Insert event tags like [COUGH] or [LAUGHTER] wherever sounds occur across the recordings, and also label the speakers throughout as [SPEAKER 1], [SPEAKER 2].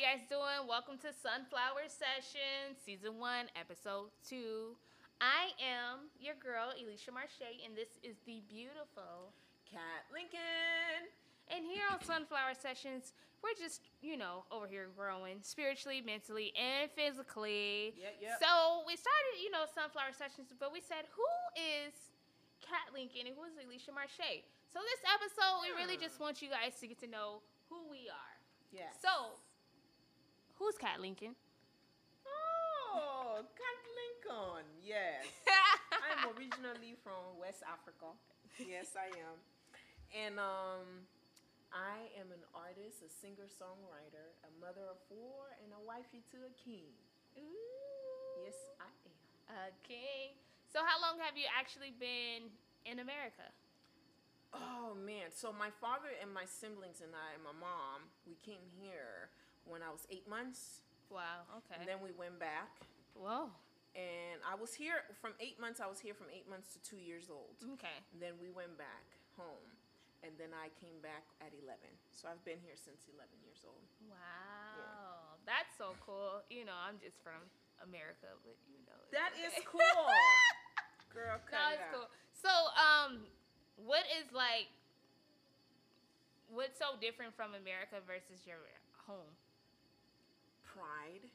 [SPEAKER 1] guys doing? Welcome to Sunflower Session, Season 1, Episode 2. I am your girl, Elisha Marche, and this is the beautiful.
[SPEAKER 2] Cat Lincoln.
[SPEAKER 1] And here on Sunflower Sessions, we're just, you know, over here growing spiritually, mentally, and physically.
[SPEAKER 2] Yep, yep.
[SPEAKER 1] So we started, you know, Sunflower Sessions, but we said, who is Cat Lincoln and who is Alicia Marche? So this episode, we really just
[SPEAKER 2] Hmm.
[SPEAKER 1] want you guys to get to know who we are.
[SPEAKER 2] Yeah.
[SPEAKER 1] So, who's Cat Lincoln?
[SPEAKER 2] Oh, Cat Lincoln. Yes. [LAUGHS] I'm originally from West Africa. Yes, I am. And um, I am an artist, a singer songwriter, a mother of four, and a wifey to a king.
[SPEAKER 1] Ooh.
[SPEAKER 2] Yes, I am.
[SPEAKER 1] Okay. So, how long have you actually been in America?
[SPEAKER 2] Oh, man. So, my father and my siblings and I, and my mom, we came here when I was eight months,
[SPEAKER 1] Wow. Okay.
[SPEAKER 2] and then we went back.
[SPEAKER 1] Whoa.
[SPEAKER 2] And I was here from eight months, I was here from eight months to two years old.
[SPEAKER 1] Okay.
[SPEAKER 2] And then we went back home. And then I came back at 11. So I've been here since 11 years old.
[SPEAKER 1] Wow. That's so cool. You know, I'm just from America, but you know. it's
[SPEAKER 2] That
[SPEAKER 1] [LAUGHS]
[SPEAKER 2] is
[SPEAKER 1] okay.
[SPEAKER 2] cool. Girl, cut
[SPEAKER 1] no,
[SPEAKER 2] it
[SPEAKER 1] it's
[SPEAKER 2] out.
[SPEAKER 1] cool. So, um, what is like, what's so different from America versus your home?
[SPEAKER 2] Pride.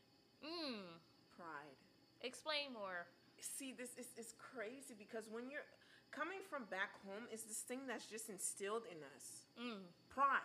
[SPEAKER 1] Mm.
[SPEAKER 2] Pride.
[SPEAKER 1] Explain more.
[SPEAKER 2] See, this is it's crazy because when you're coming from back home, it's this thing that's just instilled in us.
[SPEAKER 1] Mm.
[SPEAKER 2] pride.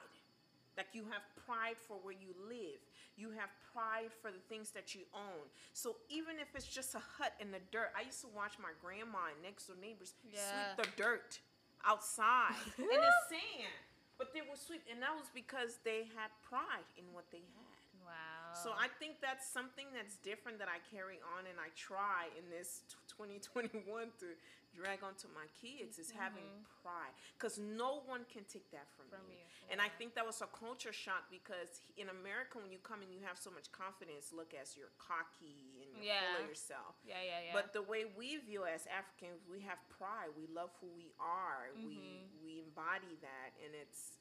[SPEAKER 2] Like you have pride for where you live. You have pride for the things that you own. So even if it's just a hut in the dirt, I used to watch my grandma and next door neighbors
[SPEAKER 1] Yeah.
[SPEAKER 2] sweep the dirt
[SPEAKER 1] [LAUGHS]
[SPEAKER 2] outside in the sand. But they would sweep, and that was because they had pride in what they had.
[SPEAKER 1] Wow.
[SPEAKER 2] So I think that's something that's different that I carry on and I try in this [LAUGHS] t- 2021 to drag onto my kids is having pride because no one can take that from,
[SPEAKER 1] Mm-hmm. From
[SPEAKER 2] you.
[SPEAKER 1] you,
[SPEAKER 2] And I
[SPEAKER 1] yeah.
[SPEAKER 2] think that was a culture shock because h- in America when you come and you have so much confidence, look as you're cocky and you're full
[SPEAKER 1] Yeah.
[SPEAKER 2] of yourself.
[SPEAKER 1] Yeah, yeah, yeah.
[SPEAKER 2] But the way we view as Africans, we have pride. We love who we are. We
[SPEAKER 1] Mm-hmm.
[SPEAKER 2] we embody that, and it's.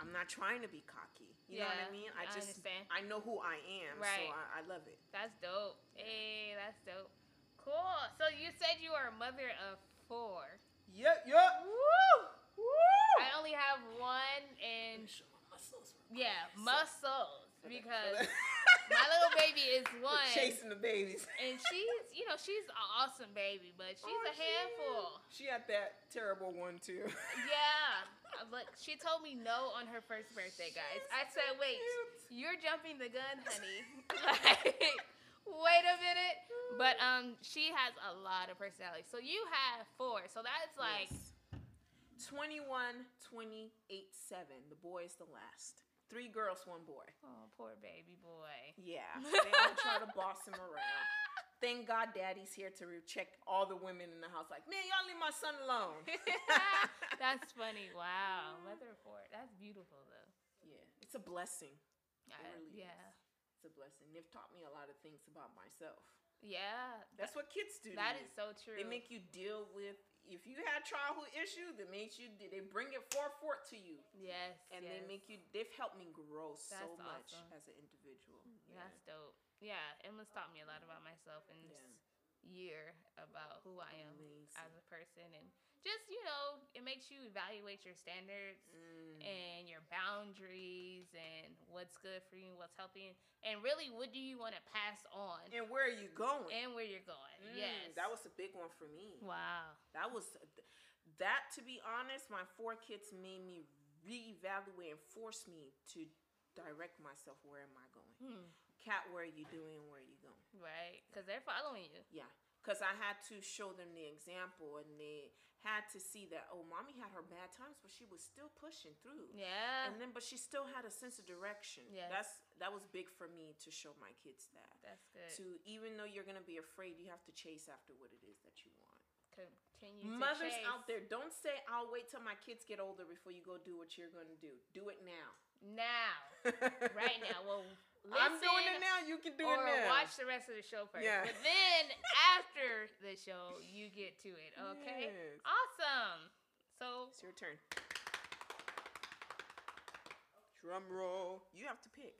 [SPEAKER 2] I'm not trying to be cocky. You know what
[SPEAKER 1] Yeah,
[SPEAKER 2] I mean?
[SPEAKER 1] I
[SPEAKER 2] I just
[SPEAKER 1] understand.
[SPEAKER 2] I know who I am,
[SPEAKER 1] Right.
[SPEAKER 2] so I, I love it.
[SPEAKER 1] That's dope. Hey, that's dope. Cool. So you said you are a mother of four.
[SPEAKER 2] Yep, yep. Woo, woo.
[SPEAKER 1] I only have one, and yeah, muscles
[SPEAKER 2] [LAUGHS]
[SPEAKER 1] [LAUGHS] because my little baby is one,
[SPEAKER 2] chasing the babies.
[SPEAKER 1] and she's you know she's an awesome baby, but she's
[SPEAKER 2] Oh,
[SPEAKER 1] a
[SPEAKER 2] she is.
[SPEAKER 1] handful.
[SPEAKER 2] She had that terrible
[SPEAKER 1] [LAUGHS]
[SPEAKER 2] one too. [LAUGHS]
[SPEAKER 1] Yeah, look, she told me no on her first birthday, guys.
[SPEAKER 2] She's
[SPEAKER 1] I
[SPEAKER 2] so
[SPEAKER 1] said, wait,
[SPEAKER 2] cute.
[SPEAKER 1] you're jumping the gun, honey. [LAUGHS] like, wait a minute. But um, she has a lot of personality. So you have four. So that's like.
[SPEAKER 2] Yes. 21, 28, 7. The boy is the last. Three girls, one boy.
[SPEAKER 1] Oh, poor baby boy.
[SPEAKER 2] Yeah, they all try to boss him around. Thank God daddy's here to re- check all the women in the house. Like, man, y'all leave my son
[SPEAKER 1] [LAUGHS] [LAUGHS]
[SPEAKER 2] alone. [LAUGHS]
[SPEAKER 1] that's funny. Wow, mother of four. That's beautiful though.
[SPEAKER 2] yeah, it's a blessing.
[SPEAKER 1] I-
[SPEAKER 2] really
[SPEAKER 1] Uh, yeah,
[SPEAKER 2] is. It's a blessing. They've taught me a lot of things about myself.
[SPEAKER 1] yeah.
[SPEAKER 2] That's what kids do. to
[SPEAKER 1] That
[SPEAKER 2] you.
[SPEAKER 1] is so true.
[SPEAKER 2] They make you deal with if you had childhood issues. They make you. They bring it forth forth to you,
[SPEAKER 1] yes,
[SPEAKER 2] and
[SPEAKER 1] yes.
[SPEAKER 2] they make you. They've helped me grow so
[SPEAKER 1] That's
[SPEAKER 2] much
[SPEAKER 1] awesome. Mm,
[SPEAKER 2] as an individual.
[SPEAKER 1] That's dope. Yeah, Emma's taught me a lot about myself in this year about who I am
[SPEAKER 2] Amazing.
[SPEAKER 1] as a person and just, you know, it makes you evaluate your standards
[SPEAKER 2] Mm. Mm-hmm.
[SPEAKER 1] and your boundaries and what's good for you and what's helping and really what do you want to pass on
[SPEAKER 2] And where are you going?
[SPEAKER 1] and where you're going.
[SPEAKER 2] Mm,
[SPEAKER 1] yes.
[SPEAKER 2] that was a big one for me.
[SPEAKER 1] Wow.
[SPEAKER 2] That was that. To be honest, my four kids made me reevaluate and force me to direct myself. Where am I going? Cat, where are you doing? Where are you going?
[SPEAKER 1] Hmm. Right? Cuz they're following you.
[SPEAKER 2] Yeah, because I had to show them the example, and they had to see that. Oh, mommy had her bad times, but she was still pushing through.
[SPEAKER 1] Yeah.
[SPEAKER 2] And then, but she still had a sense of direction.
[SPEAKER 1] Yes.
[SPEAKER 2] That's that was big for me to show my kids that.
[SPEAKER 1] That's good.
[SPEAKER 2] to even though you're gonna be afraid, you have to chase after what it is that you want.
[SPEAKER 1] Continue to
[SPEAKER 2] Mothers
[SPEAKER 1] chase.
[SPEAKER 2] out there, don't say I'll wait till my kids get older before you go do what you're gonna do. Do it now.
[SPEAKER 1] now. Right now. Well, listen
[SPEAKER 2] [LAUGHS] I'm doing it now. You can do
[SPEAKER 1] or
[SPEAKER 2] it now.
[SPEAKER 1] watch the rest of the show first.
[SPEAKER 2] Yeah.
[SPEAKER 1] But then after the show, you get to it. Okay.
[SPEAKER 2] Yes.
[SPEAKER 1] Awesome. So
[SPEAKER 2] It's your turn. Drum roll. You have to pick.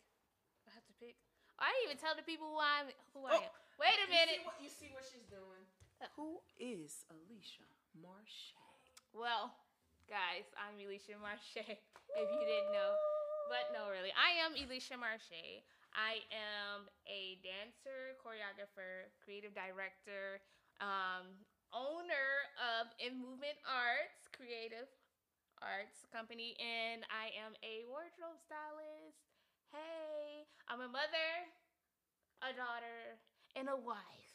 [SPEAKER 1] I have to pick. I didn't even tell the people who I'm who
[SPEAKER 2] Oh.
[SPEAKER 1] I am. Wait a
[SPEAKER 2] You
[SPEAKER 1] minute. Uh,
[SPEAKER 2] see what- you see what she's doing. Who is Alicia Marchand?
[SPEAKER 1] Well, guys, I'm Elisha Marche, [LAUGHS] if you didn't know. But no, really. I am Elisha Marche. I am a dancer, choreographer, creative director, um, owner of In Movement Arts, creative arts company, and I am a wardrobe stylist. Hey, I'm a mother, a daughter, and a wife.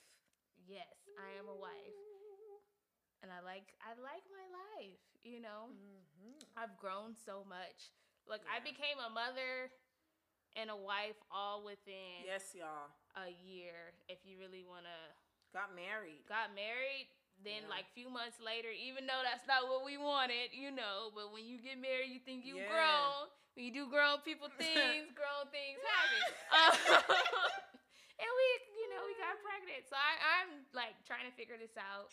[SPEAKER 1] Yes, I am a wife and I like I like my life, you know.
[SPEAKER 2] Mm-hmm.
[SPEAKER 1] I've grown so much. Look, I
[SPEAKER 2] Yeah.
[SPEAKER 1] became a mother and a wife all within
[SPEAKER 2] Yes, y'all.
[SPEAKER 1] a year. If you really want to
[SPEAKER 2] Got married.
[SPEAKER 1] got married, then
[SPEAKER 2] Yeah.
[SPEAKER 1] like few months later, even though that's not what we wanted, you know, but when you get married, you think you
[SPEAKER 2] Yeah.
[SPEAKER 1] grown. When you do grown
[SPEAKER 2] [LAUGHS]
[SPEAKER 1] people things, grown things happen. Um, [LAUGHS] and we, you know, we got pregnant. So I, I'm like trying to figure this out.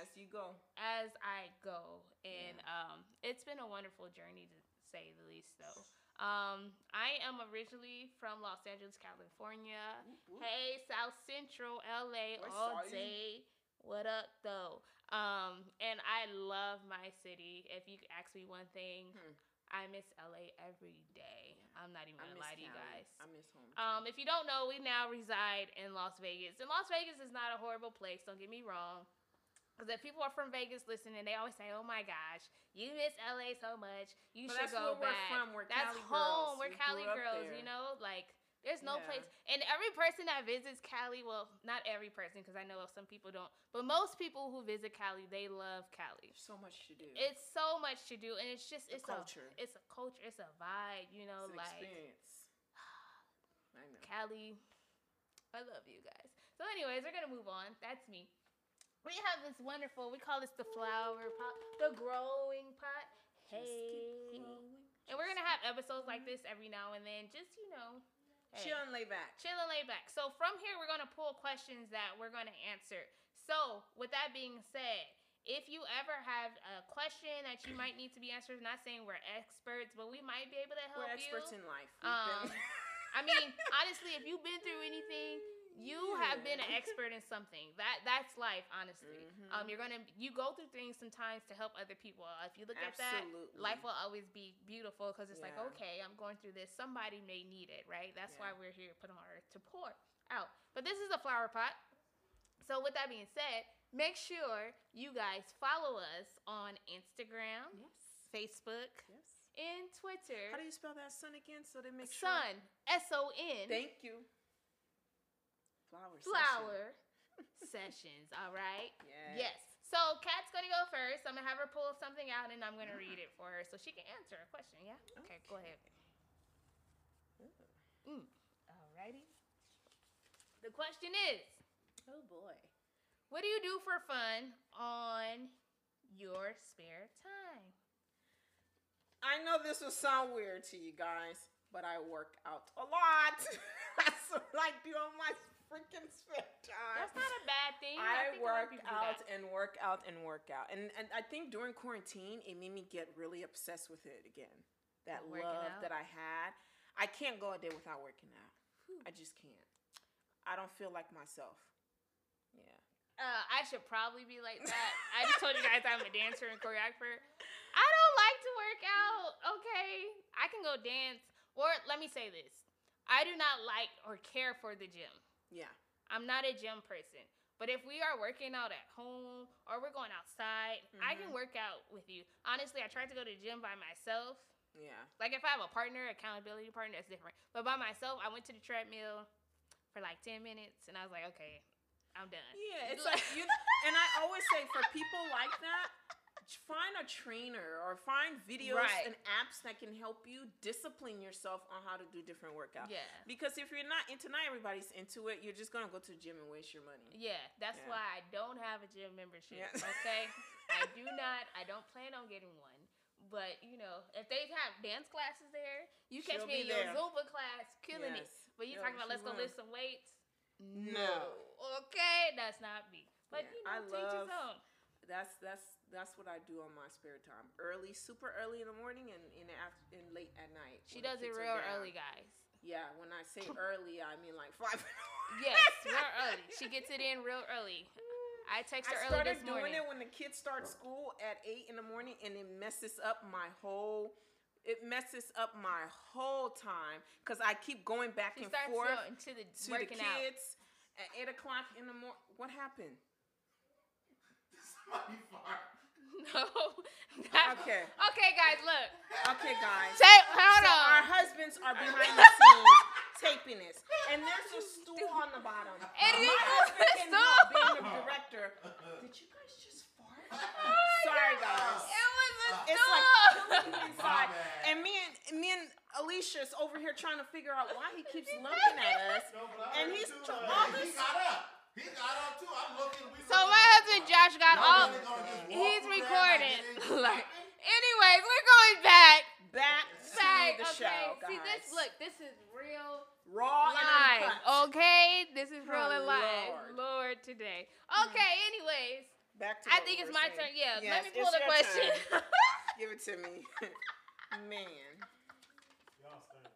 [SPEAKER 2] As you go.
[SPEAKER 1] as I go. And um, it's been a wonderful journey to say the least, though. Um, I am originally from Los Angeles, California. Hey, South Central LA
[SPEAKER 2] What's
[SPEAKER 1] all
[SPEAKER 2] up?
[SPEAKER 1] day. What up, though? Um, and I love my city. If you could ask me one thing,
[SPEAKER 2] Hmm.
[SPEAKER 1] I miss LA every day. I'm not even
[SPEAKER 2] I
[SPEAKER 1] gonna
[SPEAKER 2] miss
[SPEAKER 1] lie to you
[SPEAKER 2] Cali.
[SPEAKER 1] guys.
[SPEAKER 2] I miss home.
[SPEAKER 1] Um, if you don't know, we now reside in Las Vegas. And Las Vegas is not a horrible place, don't get me wrong. Because if people are from Vegas listening, they always say, oh my gosh, you miss LA so much. You should
[SPEAKER 2] But that's
[SPEAKER 1] go
[SPEAKER 2] where we're
[SPEAKER 1] back.
[SPEAKER 2] from. We're
[SPEAKER 1] that's
[SPEAKER 2] Cali girls.
[SPEAKER 1] home. We're
[SPEAKER 2] We grew
[SPEAKER 1] Cali
[SPEAKER 2] up
[SPEAKER 1] girls,
[SPEAKER 2] there.
[SPEAKER 1] you know? Like, there's no
[SPEAKER 2] Yeah.
[SPEAKER 1] place. And every person that visits Cali, well, not every person, because I know some people don't, but most people who visit Cali, they love Cali.
[SPEAKER 2] There's so much to do.
[SPEAKER 1] It's so much to do, and it's just,
[SPEAKER 2] The
[SPEAKER 1] it's a,
[SPEAKER 2] culture.
[SPEAKER 1] [SIGHS] it's a culture, it's a vibe, you know?
[SPEAKER 2] it's an
[SPEAKER 1] like,
[SPEAKER 2] experience.
[SPEAKER 1] [SIGHS]
[SPEAKER 2] I know.
[SPEAKER 1] Callie, I love you guys. So, anyways, we're gonna move on. That's me. We have this wonderful. We call this the flower pot, the growing pot.
[SPEAKER 2] Just keep
[SPEAKER 1] Hey,
[SPEAKER 2] growing,
[SPEAKER 1] and we're
[SPEAKER 2] just
[SPEAKER 1] gonna have episodes like this every now and then. Just you know,
[SPEAKER 2] keep-
[SPEAKER 1] hey,
[SPEAKER 2] Chill and lay back.
[SPEAKER 1] chill and lay back. So from here, we're gonna pull questions that we're gonna answer. So with that being said. If you ever have a question that you might need to be answered, not saying we're experts, but we might be able to help
[SPEAKER 2] We're
[SPEAKER 1] you.
[SPEAKER 2] experts in life.
[SPEAKER 1] Um,
[SPEAKER 2] been-
[SPEAKER 1] I mean, honestly, if you've been [LAUGHS] through anything, you have been an
[SPEAKER 2] Yeah.
[SPEAKER 1] expert in something. That that's life, honestly.
[SPEAKER 2] Mhm.
[SPEAKER 1] Um, you're gonna you go through things sometimes to help other people. Uh, If you look at
[SPEAKER 2] Absolutely.
[SPEAKER 1] that, life will always be beautiful because it's like,
[SPEAKER 2] Yeah.
[SPEAKER 1] okay, I'm going through this. Somebody may need it, right? That's why
[SPEAKER 2] Yeah.
[SPEAKER 1] we're here, put on earth to pour out. But this is a flower pot. So with that being said, make sure you guys follow us on Instagram,
[SPEAKER 2] Yes.
[SPEAKER 1] Facebook,
[SPEAKER 2] Yes.
[SPEAKER 1] and Twitter.
[SPEAKER 2] How do you spell that son again? So they make sure.
[SPEAKER 1] Sun, S O N.
[SPEAKER 2] Thank you. Flower. session.
[SPEAKER 1] flower sessions. All right.
[SPEAKER 2] Yes.
[SPEAKER 1] Yes. So Kat's gonna go first. I'm gonna have her pull something out, and I'm gonna read it for her so she can answer a question. Yeah. Okay. Go ahead. Mm. Alrighty. The question is,
[SPEAKER 2] Oh boy.
[SPEAKER 1] what do you do for fun on your spare time?
[SPEAKER 2] I know this will sound weird to you guys, but I work out a lot. [LAUGHS] That's what I do on my freaking spare time.
[SPEAKER 1] That's not a bad thing.
[SPEAKER 2] I
[SPEAKER 1] think a lot of
[SPEAKER 2] work
[SPEAKER 1] people do
[SPEAKER 2] out
[SPEAKER 1] that.
[SPEAKER 2] and work out and work out. And and I think during quarantine it made me get really obsessed with it again. That
[SPEAKER 1] Working
[SPEAKER 2] love
[SPEAKER 1] out?
[SPEAKER 2] that I had. I can't go a day without working out. I just can't. I don't feel like myself. Yeah.
[SPEAKER 1] Uh, I should probably be like that. I just told you guys I'm a dancer and
[SPEAKER 2] [LAUGHS]
[SPEAKER 1] choreographer. I don't like to work out. Okay, I can go dance, or let me say this: I do not like or care for the gym.
[SPEAKER 2] Yeah.
[SPEAKER 1] I'm not a gym person. But if we are working out at home or we're going outside, I can
[SPEAKER 2] Mhm.
[SPEAKER 1] work out with you. Honestly, I tried to go to the gym by myself.
[SPEAKER 2] Yeah.
[SPEAKER 1] Like if I have a partner, accountability partner, that's different. But by myself, I went to the treadmill for like ten minutes, and I was like, okay, I'm done.
[SPEAKER 2] Yeah,
[SPEAKER 1] [LAUGHS]
[SPEAKER 2] it's like you and I always say for people like that, find a trainer or find videos
[SPEAKER 1] Right.
[SPEAKER 2] and apps that can help you discipline yourself on how to do different workouts.
[SPEAKER 1] Yeah.
[SPEAKER 2] Because if you're not into not everybody's into it, you're just gonna go to the gym and waste your money.
[SPEAKER 1] Yeah, that's
[SPEAKER 2] Yeah.
[SPEAKER 1] why I don't have a gym membership.
[SPEAKER 2] Yeah.
[SPEAKER 1] [LAUGHS]
[SPEAKER 2] [LAUGHS]
[SPEAKER 1] Okay, I do not. I don't plan on getting one. But you know, if they have dance classes there, you catch
[SPEAKER 2] She'll
[SPEAKER 1] me in
[SPEAKER 2] be
[SPEAKER 1] your
[SPEAKER 2] there.
[SPEAKER 1] Zumba class, killing it.
[SPEAKER 2] Yes.
[SPEAKER 1] But you
[SPEAKER 2] Yeah,
[SPEAKER 1] talking about
[SPEAKER 2] she
[SPEAKER 1] let's go
[SPEAKER 2] will.
[SPEAKER 1] lift some weights?
[SPEAKER 2] No.
[SPEAKER 1] Okay, that's not me. But
[SPEAKER 2] Yeah,
[SPEAKER 1] you
[SPEAKER 2] I
[SPEAKER 1] know, teach his own.
[SPEAKER 2] love- That's that's that's what I do on my spare time. Early, super early in the morning, and in the after, and late at night.
[SPEAKER 1] She
[SPEAKER 2] when the
[SPEAKER 1] does it
[SPEAKER 2] kids
[SPEAKER 1] real
[SPEAKER 2] are down. [LAUGHS]
[SPEAKER 1] early, guys.
[SPEAKER 2] yeah, when I say early, I mean like five.
[SPEAKER 1] Yes, real early. She gets it in real early.
[SPEAKER 2] [LAUGHS]
[SPEAKER 1] I text her
[SPEAKER 2] I
[SPEAKER 1] early
[SPEAKER 2] started
[SPEAKER 1] this
[SPEAKER 2] doing
[SPEAKER 1] morning.
[SPEAKER 2] it when the kids start school at eight in the morning, and it messes up my whole. It messes up my whole time because I keep going back
[SPEAKER 1] She
[SPEAKER 2] and
[SPEAKER 1] starts
[SPEAKER 2] forth
[SPEAKER 1] going to the
[SPEAKER 2] to the
[SPEAKER 1] working
[SPEAKER 2] kids
[SPEAKER 1] out.
[SPEAKER 2] at eight o'clock in the morning. What happened?
[SPEAKER 3] Somebody [LAUGHS] fart.
[SPEAKER 1] [LAUGHS] No.
[SPEAKER 2] Okay.
[SPEAKER 1] Okay, guys, look.
[SPEAKER 2] Okay, guys.
[SPEAKER 1] Say, hold
[SPEAKER 2] So our
[SPEAKER 1] on.
[SPEAKER 2] husbands are behind the scenes taping this, and there's a stool on the
[SPEAKER 1] [LAUGHS]
[SPEAKER 2] bottom.
[SPEAKER 1] It
[SPEAKER 2] my
[SPEAKER 1] is [LAUGHS]
[SPEAKER 2] husband
[SPEAKER 1] a
[SPEAKER 2] can
[SPEAKER 1] stool. Oh
[SPEAKER 2] help being the
[SPEAKER 1] [LAUGHS]
[SPEAKER 2] director. Did you guys just
[SPEAKER 3] [LAUGHS]
[SPEAKER 2] fart? Sorry, guys.
[SPEAKER 1] It was a
[SPEAKER 2] It's like
[SPEAKER 1] stool.
[SPEAKER 2] killing me
[SPEAKER 3] My
[SPEAKER 2] inside.
[SPEAKER 3] bad.
[SPEAKER 2] And me and me and Alicia's over here trying to figure out why he
[SPEAKER 1] [LAUGHS]
[SPEAKER 2] keeps looking at us.
[SPEAKER 3] No, but I
[SPEAKER 2] And
[SPEAKER 3] heard
[SPEAKER 2] he's
[SPEAKER 3] too,
[SPEAKER 2] to-
[SPEAKER 3] uh,
[SPEAKER 2] all
[SPEAKER 3] He
[SPEAKER 2] this-
[SPEAKER 3] got up. He got up too. I'm looking. We
[SPEAKER 1] so my husband Josh got all.
[SPEAKER 3] Y'all really gonna just walk
[SPEAKER 1] He's
[SPEAKER 3] through there
[SPEAKER 1] recording. [LAUGHS]
[SPEAKER 2] [LAUGHS]
[SPEAKER 1] like,
[SPEAKER 3] Like, it ain't nothing?
[SPEAKER 1] anyways, we're going back.
[SPEAKER 2] Back to
[SPEAKER 1] Back.
[SPEAKER 2] the
[SPEAKER 1] Okay.
[SPEAKER 2] show,
[SPEAKER 1] See this?
[SPEAKER 2] guys.
[SPEAKER 1] Look, Oh, this is real
[SPEAKER 2] raw and
[SPEAKER 1] live.
[SPEAKER 2] uncut.
[SPEAKER 1] Okay, this is real
[SPEAKER 2] Oh,
[SPEAKER 1] and live. Lord,
[SPEAKER 2] Lord.
[SPEAKER 1] today. Okay. Anyways,
[SPEAKER 2] Back to
[SPEAKER 1] I
[SPEAKER 2] what
[SPEAKER 1] think
[SPEAKER 2] we
[SPEAKER 1] it's my
[SPEAKER 2] were
[SPEAKER 1] turn.
[SPEAKER 2] saying.
[SPEAKER 1] Yeah.
[SPEAKER 2] Yes,
[SPEAKER 1] let me
[SPEAKER 2] it's
[SPEAKER 1] pull the
[SPEAKER 2] your
[SPEAKER 1] question.
[SPEAKER 2] turn.
[SPEAKER 1] [LAUGHS]
[SPEAKER 2] Give it to me, [LAUGHS] man.
[SPEAKER 3] Y'all start.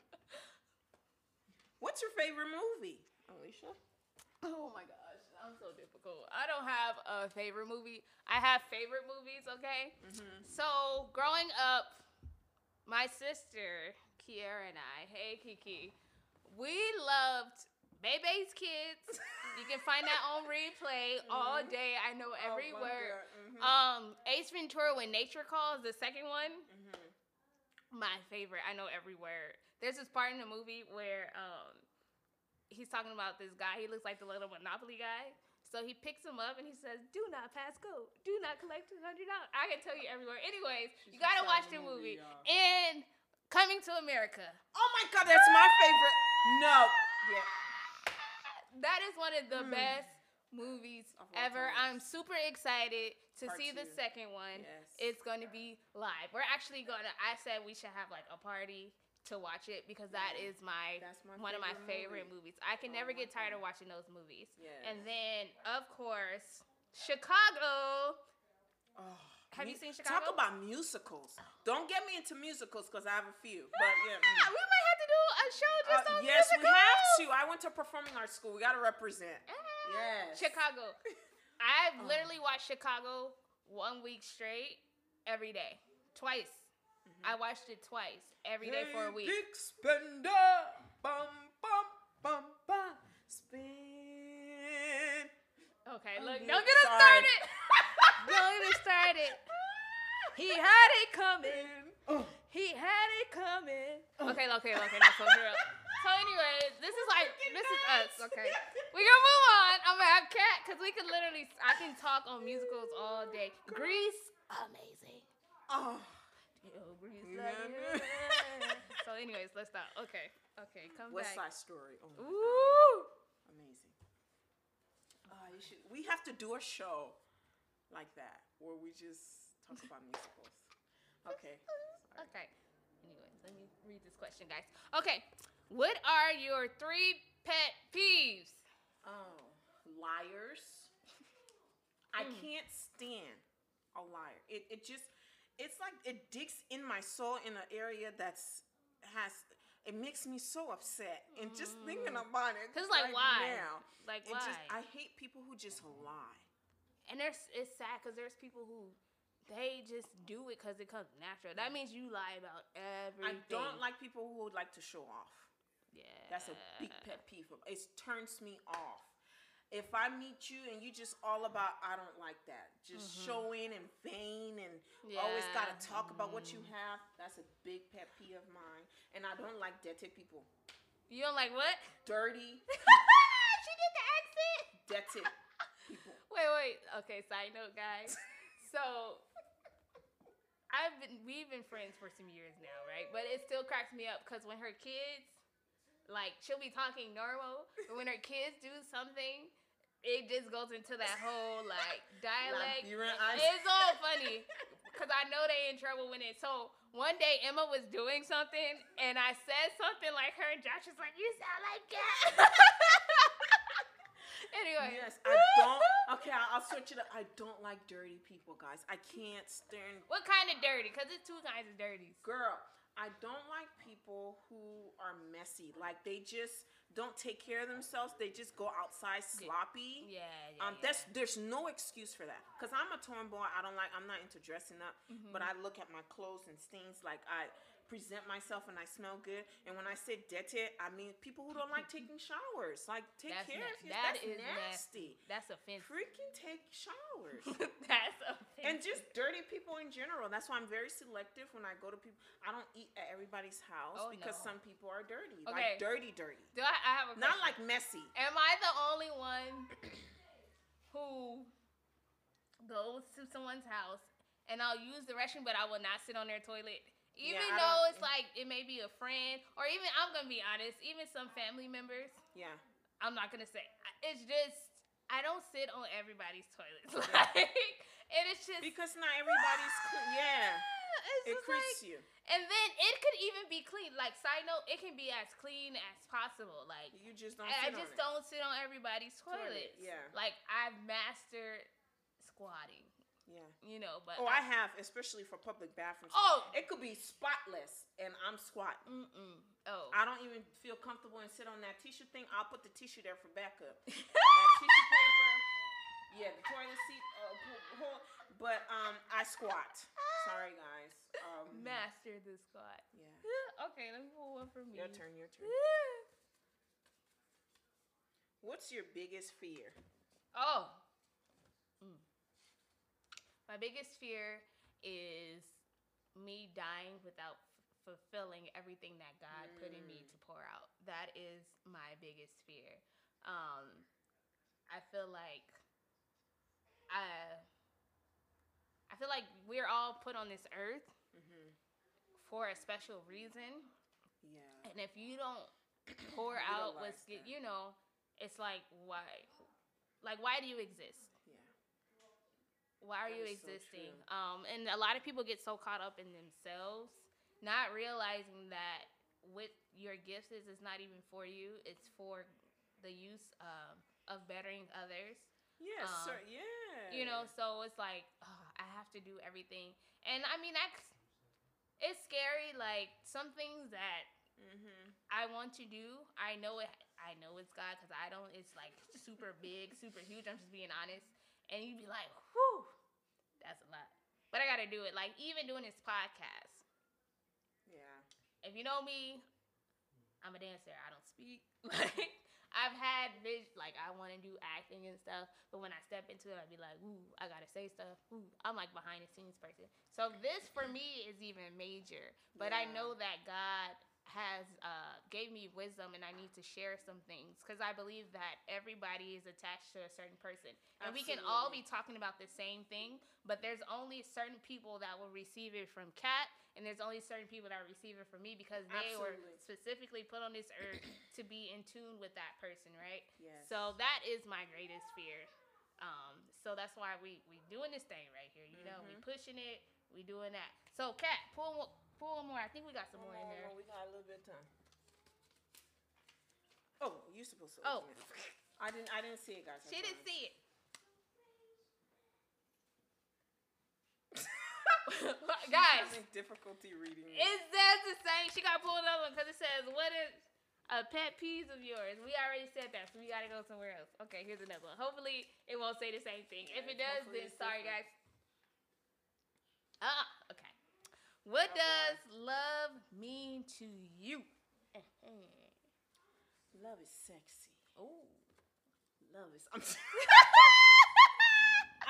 [SPEAKER 2] What's your favorite movie, Alicia?
[SPEAKER 1] Oh my gosh, I'm so difficult. I don't have a favorite movie. I have favorite movies, okay?
[SPEAKER 2] Mm-hmm.
[SPEAKER 1] So, growing up, my sister, Kiara, and I, hey Kiki, we loved Bebe's Kids. You can find that on replay all
[SPEAKER 2] Mhm.
[SPEAKER 1] day. I know every word.
[SPEAKER 2] Mm-hmm.
[SPEAKER 1] Um, Ace Ventura When Nature Calls, the second one,
[SPEAKER 2] Mm-hmm.
[SPEAKER 1] my favorite. I know every word. There's this part in the movie where um he's talking about this guy. He looks like the little Monopoly guy. So he picks him up and he says, "Do not pass go. Do not collect two hundred dollars." I can tell you everywhere. Anyways, you gotta watch the movie. And Coming to America.
[SPEAKER 2] Oh my god, that's my favorite. No, yeah,
[SPEAKER 1] That is one of the
[SPEAKER 2] Mm.
[SPEAKER 1] best movies
[SPEAKER 2] Of all
[SPEAKER 1] ever.
[SPEAKER 2] times.
[SPEAKER 1] I'm super excited to
[SPEAKER 2] Part
[SPEAKER 1] see the
[SPEAKER 2] two.
[SPEAKER 1] second one.
[SPEAKER 2] yes.
[SPEAKER 1] It's going to be live. We're actually going to. I said we should have like a party to watch it because that
[SPEAKER 2] Yeah.
[SPEAKER 1] is my
[SPEAKER 2] that's my
[SPEAKER 1] one of my favorite movies. I can
[SPEAKER 2] Oh
[SPEAKER 1] never
[SPEAKER 2] my
[SPEAKER 1] get tired of
[SPEAKER 2] goodness.
[SPEAKER 1] watching those movies.
[SPEAKER 2] Yes.
[SPEAKER 1] And then, of course, Chicago.
[SPEAKER 2] Oh,
[SPEAKER 1] Have you
[SPEAKER 2] mu-
[SPEAKER 1] seen Chicago?
[SPEAKER 2] Talk about musicals. Don't get me into musicals because I have a few. But yeah.
[SPEAKER 1] Yeah,
[SPEAKER 2] mm.
[SPEAKER 1] [LAUGHS] we might have to do a show
[SPEAKER 2] Uh,
[SPEAKER 1] just on
[SPEAKER 2] yes, we
[SPEAKER 1] musicals.
[SPEAKER 2] have to. I went to performing arts school. We gotta represent.
[SPEAKER 1] Ah.
[SPEAKER 2] Yes.
[SPEAKER 1] Chicago. I've
[SPEAKER 2] Oh.
[SPEAKER 1] literally watched Chicago one week straight every day, twice. I watched it twice every day for a
[SPEAKER 2] Mm-hmm. Hey,
[SPEAKER 1] week.
[SPEAKER 2] Big spender. Bum bum bum bum. Spin.
[SPEAKER 1] Okay,
[SPEAKER 2] I'm
[SPEAKER 1] look,
[SPEAKER 2] big.
[SPEAKER 1] don't get us
[SPEAKER 2] Sorry.
[SPEAKER 1] started.
[SPEAKER 2] [LAUGHS]
[SPEAKER 1] don't get us started. He had it coming.
[SPEAKER 2] Oh.
[SPEAKER 1] He had it coming. Okay, okay, okay. Now close her up. So anyway, this is like this is us.
[SPEAKER 2] [LAUGHS]
[SPEAKER 1] Okay, we gonna move on. I'm gonna have cat because we can literally I can talk on musicals all day. Grease, amazing.
[SPEAKER 2] Oh.
[SPEAKER 1] Yo, Grease,
[SPEAKER 2] Yeah.
[SPEAKER 1] like it. [LAUGHS] So anyways, let's stop. Okay, okay, come
[SPEAKER 2] West
[SPEAKER 1] back.
[SPEAKER 2] Side Story. Oh my God.
[SPEAKER 1] Ooh,
[SPEAKER 2] Amazing. Uh, you should. We have to do a show like that where we just talk about musicals. Okay. Sorry.
[SPEAKER 1] okay. Anyways, let me read this question, guys. Okay, what are your three pet peeves?
[SPEAKER 2] Oh, liars! I
[SPEAKER 1] Mm.
[SPEAKER 2] can't stand a liar. It it just it's like it digs in my soul in an area that's has it makes me so upset and just thinking
[SPEAKER 1] Mm.
[SPEAKER 2] about it.
[SPEAKER 1] 'Cause, like,
[SPEAKER 2] right
[SPEAKER 1] why?
[SPEAKER 2] Now,
[SPEAKER 1] Like
[SPEAKER 2] it
[SPEAKER 1] why?
[SPEAKER 2] just I hate people who just lie.
[SPEAKER 1] And there's it's sad because there's people who they just do it because it comes natural. That means you lie about everything.
[SPEAKER 2] I don't like people who like to show off.
[SPEAKER 1] Yeah,
[SPEAKER 2] That's a big pet peeve. of- It turns me off. If I meet you and you just all about, I don't like that. Just
[SPEAKER 1] Mhm.
[SPEAKER 2] showing and vain and always got to
[SPEAKER 1] Yeah.
[SPEAKER 2] talk about what you
[SPEAKER 1] Mm.
[SPEAKER 2] have. That's a big pet peeve of mine. And I don't like dirty people.
[SPEAKER 1] You don't like
[SPEAKER 2] [LAUGHS]
[SPEAKER 1] what? [LAUGHS]
[SPEAKER 2] Dirty,
[SPEAKER 1] she did the accent.
[SPEAKER 2] dirty
[SPEAKER 1] [LAUGHS]
[SPEAKER 2] people.
[SPEAKER 1] Wait, wait. Okay, side note, guys.
[SPEAKER 2] [LAUGHS]
[SPEAKER 1] So I've been we've been friends for some years now, right? But it still cracks me up because when her kids, like, she'll be talking normal, but when her kids do something, it just goes into that whole
[SPEAKER 2] [LAUGHS]
[SPEAKER 1] like dialect.
[SPEAKER 2] Labyrinth eyes.
[SPEAKER 1] It's all funny because I know they in trouble when it. So one day Emma was doing something and I said something like her, and Josh was like, "You sound like that." [LAUGHS] anyway,
[SPEAKER 2] Yes, I don't.
[SPEAKER 1] [LAUGHS]
[SPEAKER 2] Okay, I- I'll switch it up. I don't like dirty people, guys. I can't stand.
[SPEAKER 1] What kind of dirty? Because it's two kinds of dirties.
[SPEAKER 2] Girl, I don't like people who are messy. Like they just don't take care of themselves. They just go outside
[SPEAKER 1] Yeah.
[SPEAKER 2] sloppy.
[SPEAKER 1] Yeah, yeah.
[SPEAKER 2] Um,
[SPEAKER 1] yeah.
[SPEAKER 2] that's there's no excuse for that. Cause I'm a torn boy. I don't like. I'm not into dressing up.
[SPEAKER 1] Mm-hmm.
[SPEAKER 2] But I look at my clothes and stains. Like I present myself and I smell good. And when I say dirty, I mean people who don't
[SPEAKER 1] [LAUGHS]
[SPEAKER 2] like taking showers. Like take
[SPEAKER 1] That's
[SPEAKER 2] care
[SPEAKER 1] na-
[SPEAKER 2] of you.
[SPEAKER 1] that
[SPEAKER 2] that's
[SPEAKER 1] is
[SPEAKER 2] nasty.
[SPEAKER 1] that's
[SPEAKER 2] [LAUGHS]
[SPEAKER 1] offensive.
[SPEAKER 2] Freaking take showers.
[SPEAKER 1] that's offensive.
[SPEAKER 2] and just dirty people in general. That's why I'm very selective when I go to people. I don't eat at everybody's house
[SPEAKER 1] Oh,
[SPEAKER 2] because
[SPEAKER 1] no.
[SPEAKER 2] some people are dirty.
[SPEAKER 1] Okay.
[SPEAKER 2] Like dirty, dirty.
[SPEAKER 1] do I, I have a question.
[SPEAKER 2] Not like messy.
[SPEAKER 1] Am I the only one [COUGHS] who goes to someone's house and I'll use the restroom, but I will not sit on their toilet? Even
[SPEAKER 2] I
[SPEAKER 1] though
[SPEAKER 2] don't-
[SPEAKER 1] it's like it may be a friend, or even I'm gonna be honest, even some family members.
[SPEAKER 2] Yeah.
[SPEAKER 1] I'm not gonna say I- it's just I don't sit on everybody's toilets, [LAUGHS] like, and it's just ah,
[SPEAKER 2] Because not everybody's clean. Yeah.
[SPEAKER 1] It's
[SPEAKER 2] It
[SPEAKER 1] just
[SPEAKER 2] creeps
[SPEAKER 1] like,
[SPEAKER 2] you.
[SPEAKER 1] and then it could even be clean. Like side note, it can be as clean as possible. Like
[SPEAKER 2] You just don't.
[SPEAKER 1] and I
[SPEAKER 2] sit on
[SPEAKER 1] just
[SPEAKER 2] it.
[SPEAKER 1] don't sit on everybody's
[SPEAKER 2] Toilet,
[SPEAKER 1] toilets.
[SPEAKER 2] yeah.
[SPEAKER 1] Like I've mastered squatting,
[SPEAKER 2] Yeah.
[SPEAKER 1] you know, but
[SPEAKER 2] Oh, I have, especially for public bathrooms.
[SPEAKER 1] oh
[SPEAKER 2] It could be spotless, and I'm squatting.
[SPEAKER 1] mm-mm. oh [LAUGHS]
[SPEAKER 2] I don't even feel comfortable and sit on that tissue thing. I'll put the tissue there for backup.
[SPEAKER 1] [LAUGHS]
[SPEAKER 2] That tissue paper. Yeah, the toilet seat. Uh, wh- wh- but um, I squat. Sorry, guys. Um,
[SPEAKER 1] master the squat. [LAUGHS]
[SPEAKER 2] Yeah.
[SPEAKER 1] okay, let me pull one for me.
[SPEAKER 2] Your
[SPEAKER 1] [LAUGHS]
[SPEAKER 2] turn. Your turn. What's your biggest fear?
[SPEAKER 1] Oh. Mm. My biggest fear is me dying without f- fulfilling everything that God put in me to pour out. That is my biggest fear. Um, I feel like I, I feel like we're all put on this earth
[SPEAKER 2] Mm-hmm.
[SPEAKER 1] for a special reason.
[SPEAKER 2] Yeah.
[SPEAKER 1] And if you don't pour
[SPEAKER 2] Utilize
[SPEAKER 1] out what's good,
[SPEAKER 2] that.
[SPEAKER 1] you know, it's like why, like why do you exist?
[SPEAKER 2] Yeah.
[SPEAKER 1] Why are
[SPEAKER 2] That
[SPEAKER 1] you
[SPEAKER 2] is so
[SPEAKER 1] existing? um, and a lot of people get so caught up in themselves, not realizing that what your gifts is is not even for you. It's for the use um, of bettering others.
[SPEAKER 2] Yes,
[SPEAKER 1] Um,
[SPEAKER 2] sir. Yeah.
[SPEAKER 1] You know, so it's like ugh, I have to do everything, and I mean that's it's scary. Like some things that
[SPEAKER 2] Mm-hmm.
[SPEAKER 1] I want to do. I know it. I know it's God because I don't. It's like super big, super huge. I'm just being honest. And you'd be like, "Whew, that's a lot." But I gotta do it. Like even doing this podcast.
[SPEAKER 2] Yeah.
[SPEAKER 1] If you know me, I'm a dancer. I don't speak. [LAUGHS] Like I've had vis- like I want to do acting and stuff. But when I step into it, I'd be like, "Ooh, I gotta say stuff." Ooh, I'm like behind the scenes person. So this for me is even major. But I
[SPEAKER 2] Yeah.
[SPEAKER 1] know that God has uh, gave me wisdom, and I need to share some things because I believe that everybody is attached to a certain person, and we can all be talking about the same thing. But there's only certain people that will receive it from Kat, and there's only certain people that receive it from me because they were
[SPEAKER 2] Absolutely.
[SPEAKER 1] specifically put on this earth to be in tune with that person, right?
[SPEAKER 2] Yes.
[SPEAKER 1] So that is my greatest fear. Um, so that's why we we doing this thing right here. You know, we pushing it. We doing that. So Kat, pull one- pull one more. I think we got some more in there.
[SPEAKER 2] We got a little bit of time. Oh, you supposed to.
[SPEAKER 1] Oh.
[SPEAKER 2] open it. I didn't. I didn't see it, guys. I
[SPEAKER 1] She didn't
[SPEAKER 2] promise.
[SPEAKER 1] see it. [LAUGHS] [LAUGHS] Guys,
[SPEAKER 2] Having difficulty reading. it.
[SPEAKER 1] it says the same. She got pulled over because it says what is a pet peeve of yours. We already said that, so we gotta go somewhere else. Okay, here's another one. Hopefully, it won't say the same thing. If it does,
[SPEAKER 2] Yeah, hopefully
[SPEAKER 1] then
[SPEAKER 2] it's
[SPEAKER 1] sorry,
[SPEAKER 2] different.
[SPEAKER 1] guys. Ah, okay. What
[SPEAKER 2] Oh, boy.
[SPEAKER 1] does love mean to you?
[SPEAKER 2] Love is sexy.
[SPEAKER 1] Ooh.
[SPEAKER 2] Love is. I'm.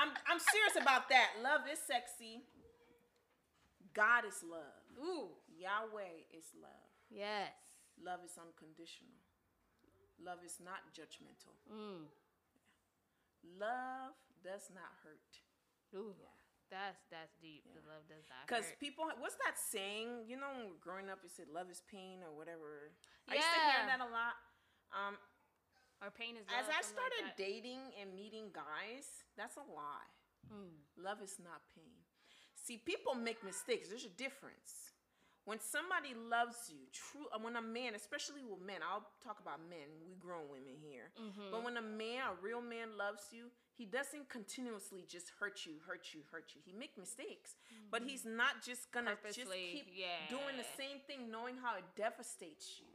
[SPEAKER 2] I'm. I'm serious about that. Love is sexy. God is love.
[SPEAKER 1] [LAUGHS] Ooh.
[SPEAKER 2] Yahweh is love.
[SPEAKER 1] Yes.
[SPEAKER 2] Love is unconditional. Love is not judgmental.
[SPEAKER 1] Mm.
[SPEAKER 2] Love does not hurt.
[SPEAKER 1] Ooh. That's that's deep. The love does not
[SPEAKER 2] Because
[SPEAKER 1] hurt.
[SPEAKER 2] people, what's that saying? You know, when we were growing up, it said love is pain or whatever. I used to hear
[SPEAKER 1] Yeah.
[SPEAKER 2] that a lot. Um,
[SPEAKER 1] Or pain is
[SPEAKER 2] as
[SPEAKER 1] love, something like
[SPEAKER 2] I started
[SPEAKER 1] that.
[SPEAKER 2] dating and meeting guys, that's a lie.
[SPEAKER 1] Mm.
[SPEAKER 2] Love is not pain. See, people make mistakes. There's a difference. When somebody loves you, true. uh, When a man, especially with men, I'll talk about men. We grown women here.
[SPEAKER 1] Mhm.
[SPEAKER 2] But when a man, a real man, loves you, he doesn't continuously just hurt you, hurt you, hurt you. He make mistakes, but he's not just gonna just
[SPEAKER 1] Mm-hmm. Purposely,
[SPEAKER 2] keep
[SPEAKER 1] yeah.
[SPEAKER 2] doing the same thing, knowing how it devastates you.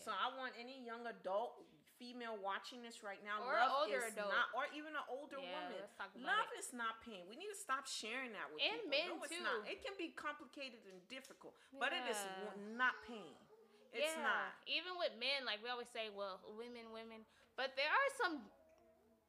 [SPEAKER 2] So I want any young adult female watching this right now,
[SPEAKER 1] Or
[SPEAKER 2] love
[SPEAKER 1] older
[SPEAKER 2] is
[SPEAKER 1] adult.
[SPEAKER 2] not, or even an older
[SPEAKER 1] Yeah,
[SPEAKER 2] woman.
[SPEAKER 1] let's talk about
[SPEAKER 2] Love is not pain. We need to stop sharing that with
[SPEAKER 1] And
[SPEAKER 2] people.
[SPEAKER 1] men,
[SPEAKER 2] no, it's
[SPEAKER 1] too.
[SPEAKER 2] Not. It can be complicated and difficult, but it is
[SPEAKER 1] Yeah.
[SPEAKER 2] w- not pain. It's
[SPEAKER 1] yeah.
[SPEAKER 2] not.
[SPEAKER 1] Even with men, like we always say, well, women, women. But there are some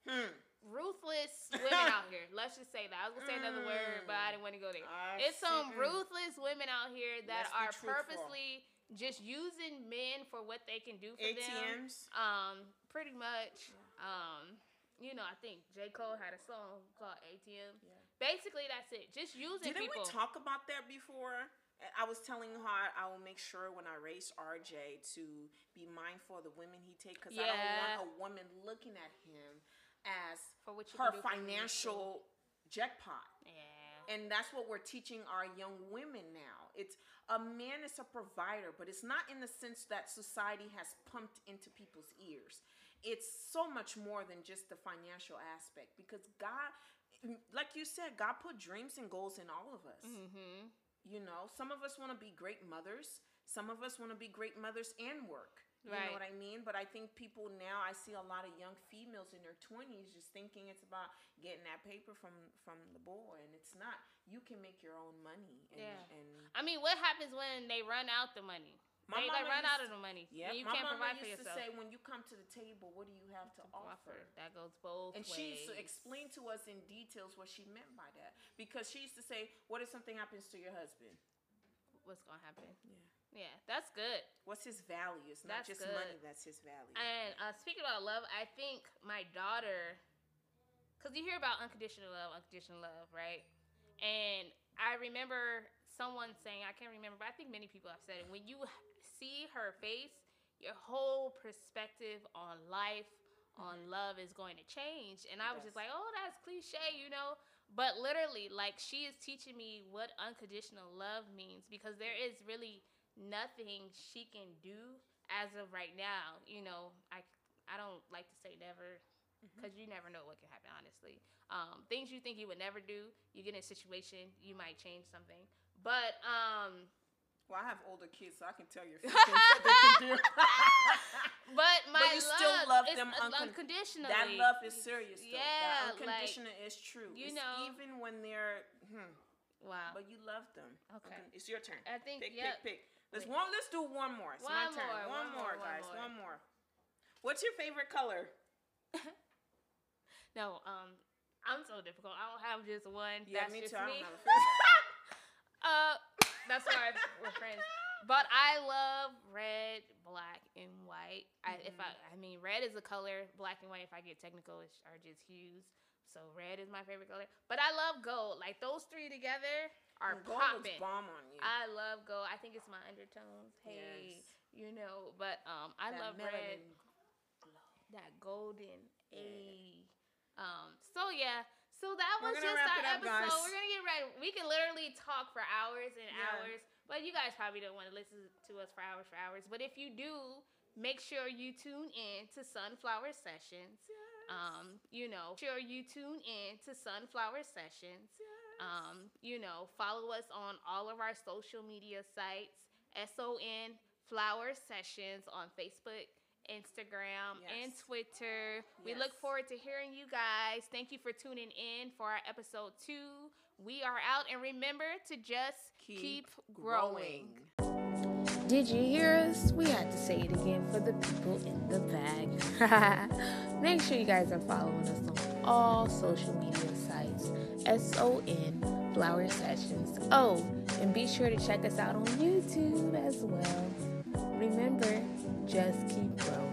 [SPEAKER 2] Hmm. [LAUGHS]
[SPEAKER 1] ruthless women out here. Let's just say that. I was gonna say another word, but I didn't want to go there.
[SPEAKER 2] I
[SPEAKER 1] it's some
[SPEAKER 2] see- mm.
[SPEAKER 1] ruthless women out here that
[SPEAKER 2] Let's be
[SPEAKER 1] are
[SPEAKER 2] truthful.
[SPEAKER 1] purposely just using men for what they can do for them.
[SPEAKER 2] ATMs.
[SPEAKER 1] Um, pretty much. Um, you know, I think J. Cole had a song called ATM.
[SPEAKER 2] Yeah.
[SPEAKER 1] Basically, that's it. Just using
[SPEAKER 2] Didn't
[SPEAKER 1] people.
[SPEAKER 2] we talk about that before? And I was telling you how I, I will make sure when I raise RJ to be mindful of the women he takes because
[SPEAKER 1] Yeah.
[SPEAKER 2] I don't want a woman looking at him as
[SPEAKER 1] for what you
[SPEAKER 2] her
[SPEAKER 1] can do for me.
[SPEAKER 2] financial jackpot.
[SPEAKER 1] Yeah.
[SPEAKER 2] And that's what we're teaching our young women now. It's a man is a provider, but it's not in the sense that society has pumped into people's ears. It's so much more than just the financial aspect because God, like you said, God put dreams and goals in all of us.
[SPEAKER 1] Mm-hmm.
[SPEAKER 2] You know, some of us want to be great mothers. Some of us want to be great mothers and work. You
[SPEAKER 1] Right.
[SPEAKER 2] know what I mean? But I think people now, I see a lot of young females in their twenties just thinking it's about getting that paper from from the boy, and it's not. You can make your own money. And,
[SPEAKER 1] Yeah.
[SPEAKER 2] And
[SPEAKER 1] I mean, what happens when they run out the money?
[SPEAKER 2] My
[SPEAKER 1] they like
[SPEAKER 2] mama
[SPEAKER 1] run out of
[SPEAKER 2] used-
[SPEAKER 1] the money.
[SPEAKER 2] yeah,
[SPEAKER 1] and you
[SPEAKER 2] my
[SPEAKER 1] can't
[SPEAKER 2] mama
[SPEAKER 1] provide for
[SPEAKER 2] used to
[SPEAKER 1] yourself.
[SPEAKER 2] say, when you come to the table, what do you have to
[SPEAKER 1] offer.
[SPEAKER 2] offer?
[SPEAKER 1] That goes both
[SPEAKER 2] And
[SPEAKER 1] ways.
[SPEAKER 2] she used to explain to us in details what she meant by that because she used to say, "What if something happens to your husband?
[SPEAKER 1] what's gonna happen. Yeah, that's good.
[SPEAKER 2] What's his value? It's not
[SPEAKER 1] That's
[SPEAKER 2] just money.
[SPEAKER 1] good.
[SPEAKER 2] That's his value."
[SPEAKER 1] And uh, speaking about love, I think my daughter, because you hear about unconditional love, unconditional love, right? And I remember someone saying, I can't remember, but I think many people have said it. When you see her face, your whole perspective on life, on love is going to change. And I was
[SPEAKER 2] Yes.
[SPEAKER 1] just like, oh, that's cliche, you know? But literally, like, she is teaching me what unconditional love means because there is really nothing she can do as of right now. You know, I, I don't like to say never because you never know what can happen, honestly. Um, things you think you would never do, you get in a situation, you might change something. But um,
[SPEAKER 2] Well, I have older kids, so I can tell you a few things that they
[SPEAKER 1] [LAUGHS]
[SPEAKER 2] can do. [LAUGHS]
[SPEAKER 1] but my
[SPEAKER 2] you
[SPEAKER 1] love,
[SPEAKER 2] still love
[SPEAKER 1] is
[SPEAKER 2] them uncon-
[SPEAKER 1] unconditionally.
[SPEAKER 2] that love is serious,
[SPEAKER 1] Yeah,
[SPEAKER 2] though. that unconditional is true.
[SPEAKER 1] you
[SPEAKER 2] it's
[SPEAKER 1] know-
[SPEAKER 2] even when they're, hmm,
[SPEAKER 1] wow.
[SPEAKER 2] but you love them.
[SPEAKER 1] Okay.
[SPEAKER 2] Uncon- It's your turn.
[SPEAKER 1] I think
[SPEAKER 2] Pick,
[SPEAKER 1] yeah.
[SPEAKER 2] pick, pick. Let's
[SPEAKER 1] Wait.
[SPEAKER 2] one. Let's do one more. It's my
[SPEAKER 1] One
[SPEAKER 2] turn.
[SPEAKER 1] more,
[SPEAKER 2] one,
[SPEAKER 1] one
[SPEAKER 2] more,
[SPEAKER 1] more, one
[SPEAKER 2] guys.
[SPEAKER 1] more.
[SPEAKER 2] One more. What's your favorite color?
[SPEAKER 1] No, um, I'm so difficult. I don't have just one. that's
[SPEAKER 2] Yeah, me
[SPEAKER 1] just
[SPEAKER 2] too. I
[SPEAKER 1] me.
[SPEAKER 2] don't
[SPEAKER 1] [LAUGHS]
[SPEAKER 2] have a favorite.
[SPEAKER 1] Uh, [LAUGHS] that's why we're friends. But I love red, black, and white. I, if I,
[SPEAKER 2] Mm-hmm.
[SPEAKER 1] I mean, red is a color. Black and white, if I get technical, is- are just hues. So red is my favorite color. But I love gold. Like those three together are
[SPEAKER 2] And gold looks
[SPEAKER 1] popping.
[SPEAKER 2] bomb on you.
[SPEAKER 1] I love gold. I think it's my undertones. Hey,
[SPEAKER 2] Yes.
[SPEAKER 1] you know. But um, I
[SPEAKER 2] That
[SPEAKER 1] love red.
[SPEAKER 2] melanin.
[SPEAKER 1] That golden
[SPEAKER 2] Yeah.
[SPEAKER 1] A. Um. So yeah. So that
[SPEAKER 2] We're
[SPEAKER 1] was
[SPEAKER 2] gonna
[SPEAKER 1] just our
[SPEAKER 2] wrap it up,
[SPEAKER 1] episode.
[SPEAKER 2] guys.
[SPEAKER 1] We're gonna get ready. We can literally talk for hours and
[SPEAKER 2] Yeah.
[SPEAKER 1] hours. But you guys probably don't want to listen to us for hours for hours. But if you do, make sure you tune in to Sunflower Sessions. Um. You know, sure you tune in to Sunflower Sessions. Um, you know, follow us on all of our social media sites, SON Flower Sessions on Facebook, Instagram, and
[SPEAKER 2] Yes.
[SPEAKER 1] Twitter. We
[SPEAKER 2] Yes.
[SPEAKER 1] look forward to hearing you guys. Thank you for tuning in for our episode two. We are out, and remember to just keep, growing.
[SPEAKER 4] Did you hear us? We had to say it again for the people in the bag. [LAUGHS] Make sure you guys are following us on all social media sites. S-O-N Flower Sessions. Oh, and be sure to check us out on YouTube as well. Remember, just keep growing.